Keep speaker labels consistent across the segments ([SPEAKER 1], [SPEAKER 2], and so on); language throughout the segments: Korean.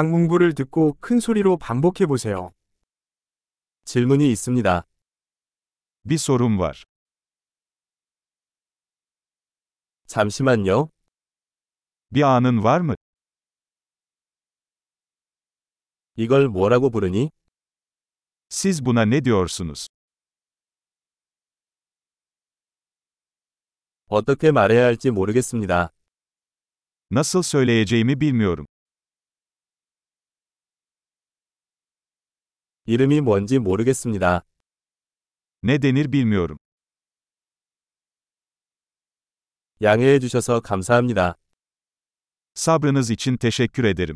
[SPEAKER 1] 강문부를 듣고 큰 소리로 반복해 보세요.
[SPEAKER 2] 질문이 있습니다.
[SPEAKER 3] Bir sorum var.
[SPEAKER 2] 잠시만요.
[SPEAKER 3] Bir anın var mı?
[SPEAKER 2] 이걸 뭐라고 부르니?
[SPEAKER 3] Siz buna ne diyorsunuz?
[SPEAKER 2] 어떻게 말해야 할지 모르겠습니다.
[SPEAKER 3] Nasıl söyleyeceğimi bilmiyorum.
[SPEAKER 2] 이름이 뭔지 모르겠습니다.
[SPEAKER 3] Ne denir bilmiyorum.
[SPEAKER 2] 양해해 주셔서 감사합니다.
[SPEAKER 3] Sabrınız için teşekkür ederim.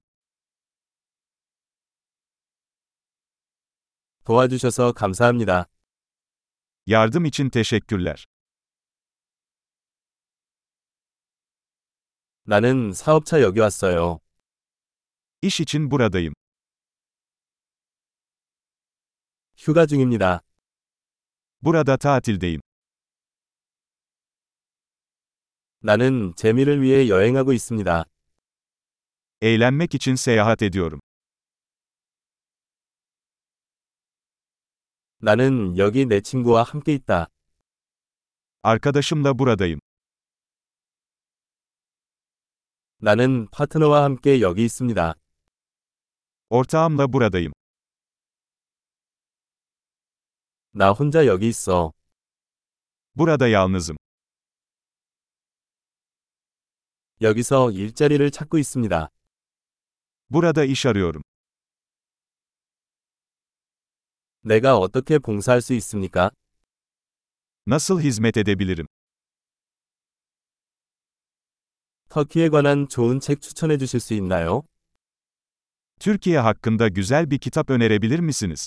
[SPEAKER 2] 도와주셔서 감사합니다.
[SPEAKER 3] Yardım için teşekkürler.
[SPEAKER 2] 나는 사업차 여기 왔어요.
[SPEAKER 3] İş için buradayım.
[SPEAKER 2] 휴가 중입니다.
[SPEAKER 3] Burada tatildeyim.
[SPEAKER 2] 나는 재미를 위해 여행하고 있습니다.
[SPEAKER 3] Eğlenmek için seyahat ediyorum.
[SPEAKER 2] 나는 여기 내 친구와 함께 있다.
[SPEAKER 3] Arkadaşımla buradayım.
[SPEAKER 2] 나는 파트너와 함께 여기 있습니다.
[SPEAKER 3] Ortağımla buradayım.
[SPEAKER 2] 나 혼자 여기 있어.
[SPEAKER 3] Burada yalnızım.
[SPEAKER 2] 여기서 일자리를 찾고 있습니다.
[SPEAKER 3] Burada iş arıyorum.
[SPEAKER 2] 내가 어떻게 봉사할 수 있습니까?
[SPEAKER 3] Nasıl hizmet edebilirim?
[SPEAKER 2] 터키에 관한 좋은 책 추천해 주실 수 있나요?
[SPEAKER 3] Türkiye hakkında güzel bir kitap önerebilir misiniz?